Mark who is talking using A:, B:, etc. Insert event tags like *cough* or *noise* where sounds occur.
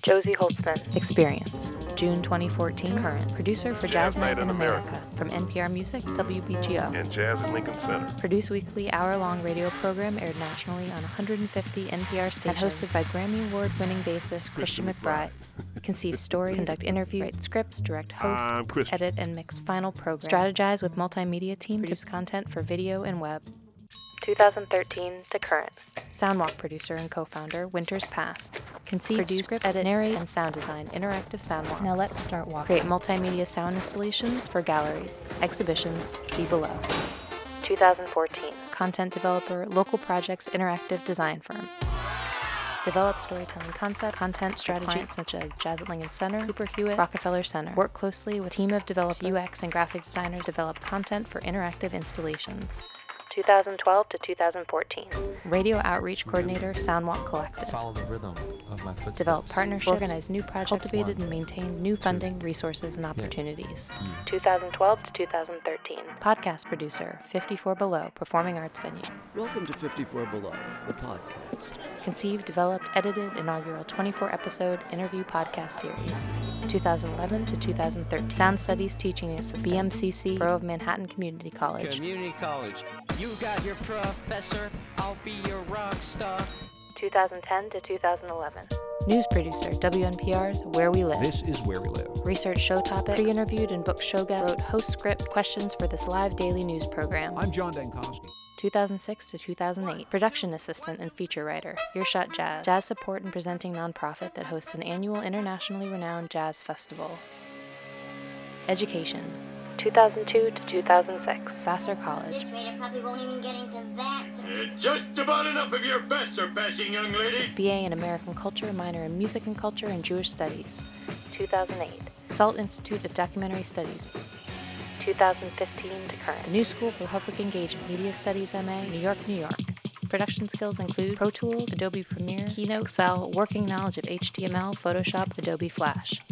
A: Josie Holtzman.
B: Experience, June 2014. Current producer for
C: Jazz
B: Jazz,
C: Night in America. Mm-hmm.
B: from NPR Music, WBGO.
C: and Jazz at Lincoln Center.
B: Produced weekly hour-long radio program aired nationally on 150 NPR stations. And hosted by Grammy Award-winning bassist Christian McBride. Conceive stories, conduct interviews, write scripts, direct hosts,
C: I'm Christian.
B: edit and mix final program. Strategize with multimedia team to produce content for video and web.
A: 2013 to current.
B: Soundwalk producer and co-founder Winters Past. Conceive, produce, script, edit, narrate, and sound design interactive soundwalks.
D: Now let's start walking.
B: create multimedia sound installations for galleries, exhibitions. See below.
A: 2014.
B: Content developer, local projects, interactive design firm. Develop storytelling concept, content strategy, clients such as Jazz at Lincoln Center, Cooper Hewitt, Rockefeller Center. Work closely with team of developers, UX and graphic designers develop content for interactive installations.
A: 2012 to 2014.
B: Radio outreach coordinator, Soundwalk Collective.
E: Follow the rhythm of my footsteps.
B: Develop partnerships, organize new projects, cultivated
E: One.
B: and maintain new funding, resources, and opportunities.
A: 2012 to 2013.
B: Podcast producer, 54 Below, Performing Arts Venue.
F: Welcome to 54 Below, the podcast.
B: Conceived, developed, edited, inaugural 24 episode interview podcast series. 2011 to 2013. Sound Studies Teaching Assistant. BMCC, Borough of Manhattan Community College.
G: Community college. You got your professor. I'll be your rock star.
A: 2010 to 2011.
B: News producer, WNPR's Where We Live.
E: This is where we live.
B: Research show topics. Pre interviewed and booked show guests. Wrote host script questions for this live daily news program.
E: I'm John Dankowski.
B: 2006 to 2008, production assistant and feature writer, Earshot Jazz, jazz support and presenting nonprofit that hosts an annual internationally renowned jazz festival. Education,
A: 2002 to 2006.
B: Vassar College,
H: this rate, I probably won't even get into Vassar.
I: Just about enough of your best surpassing, young lady.
B: BA in American Culture, minor in Music and Culture and Jewish Studies,
A: 2008.
B: Salt Institute of Documentary Studies,
A: 2015 to
B: the
A: current.
B: New School for Public Engagement, Media Studies MA, New York, New York. Production skills include Pro Tools, Adobe Premiere, Keynote, Excel, working knowledge of HTML, Photoshop, Adobe Flash. *sighs*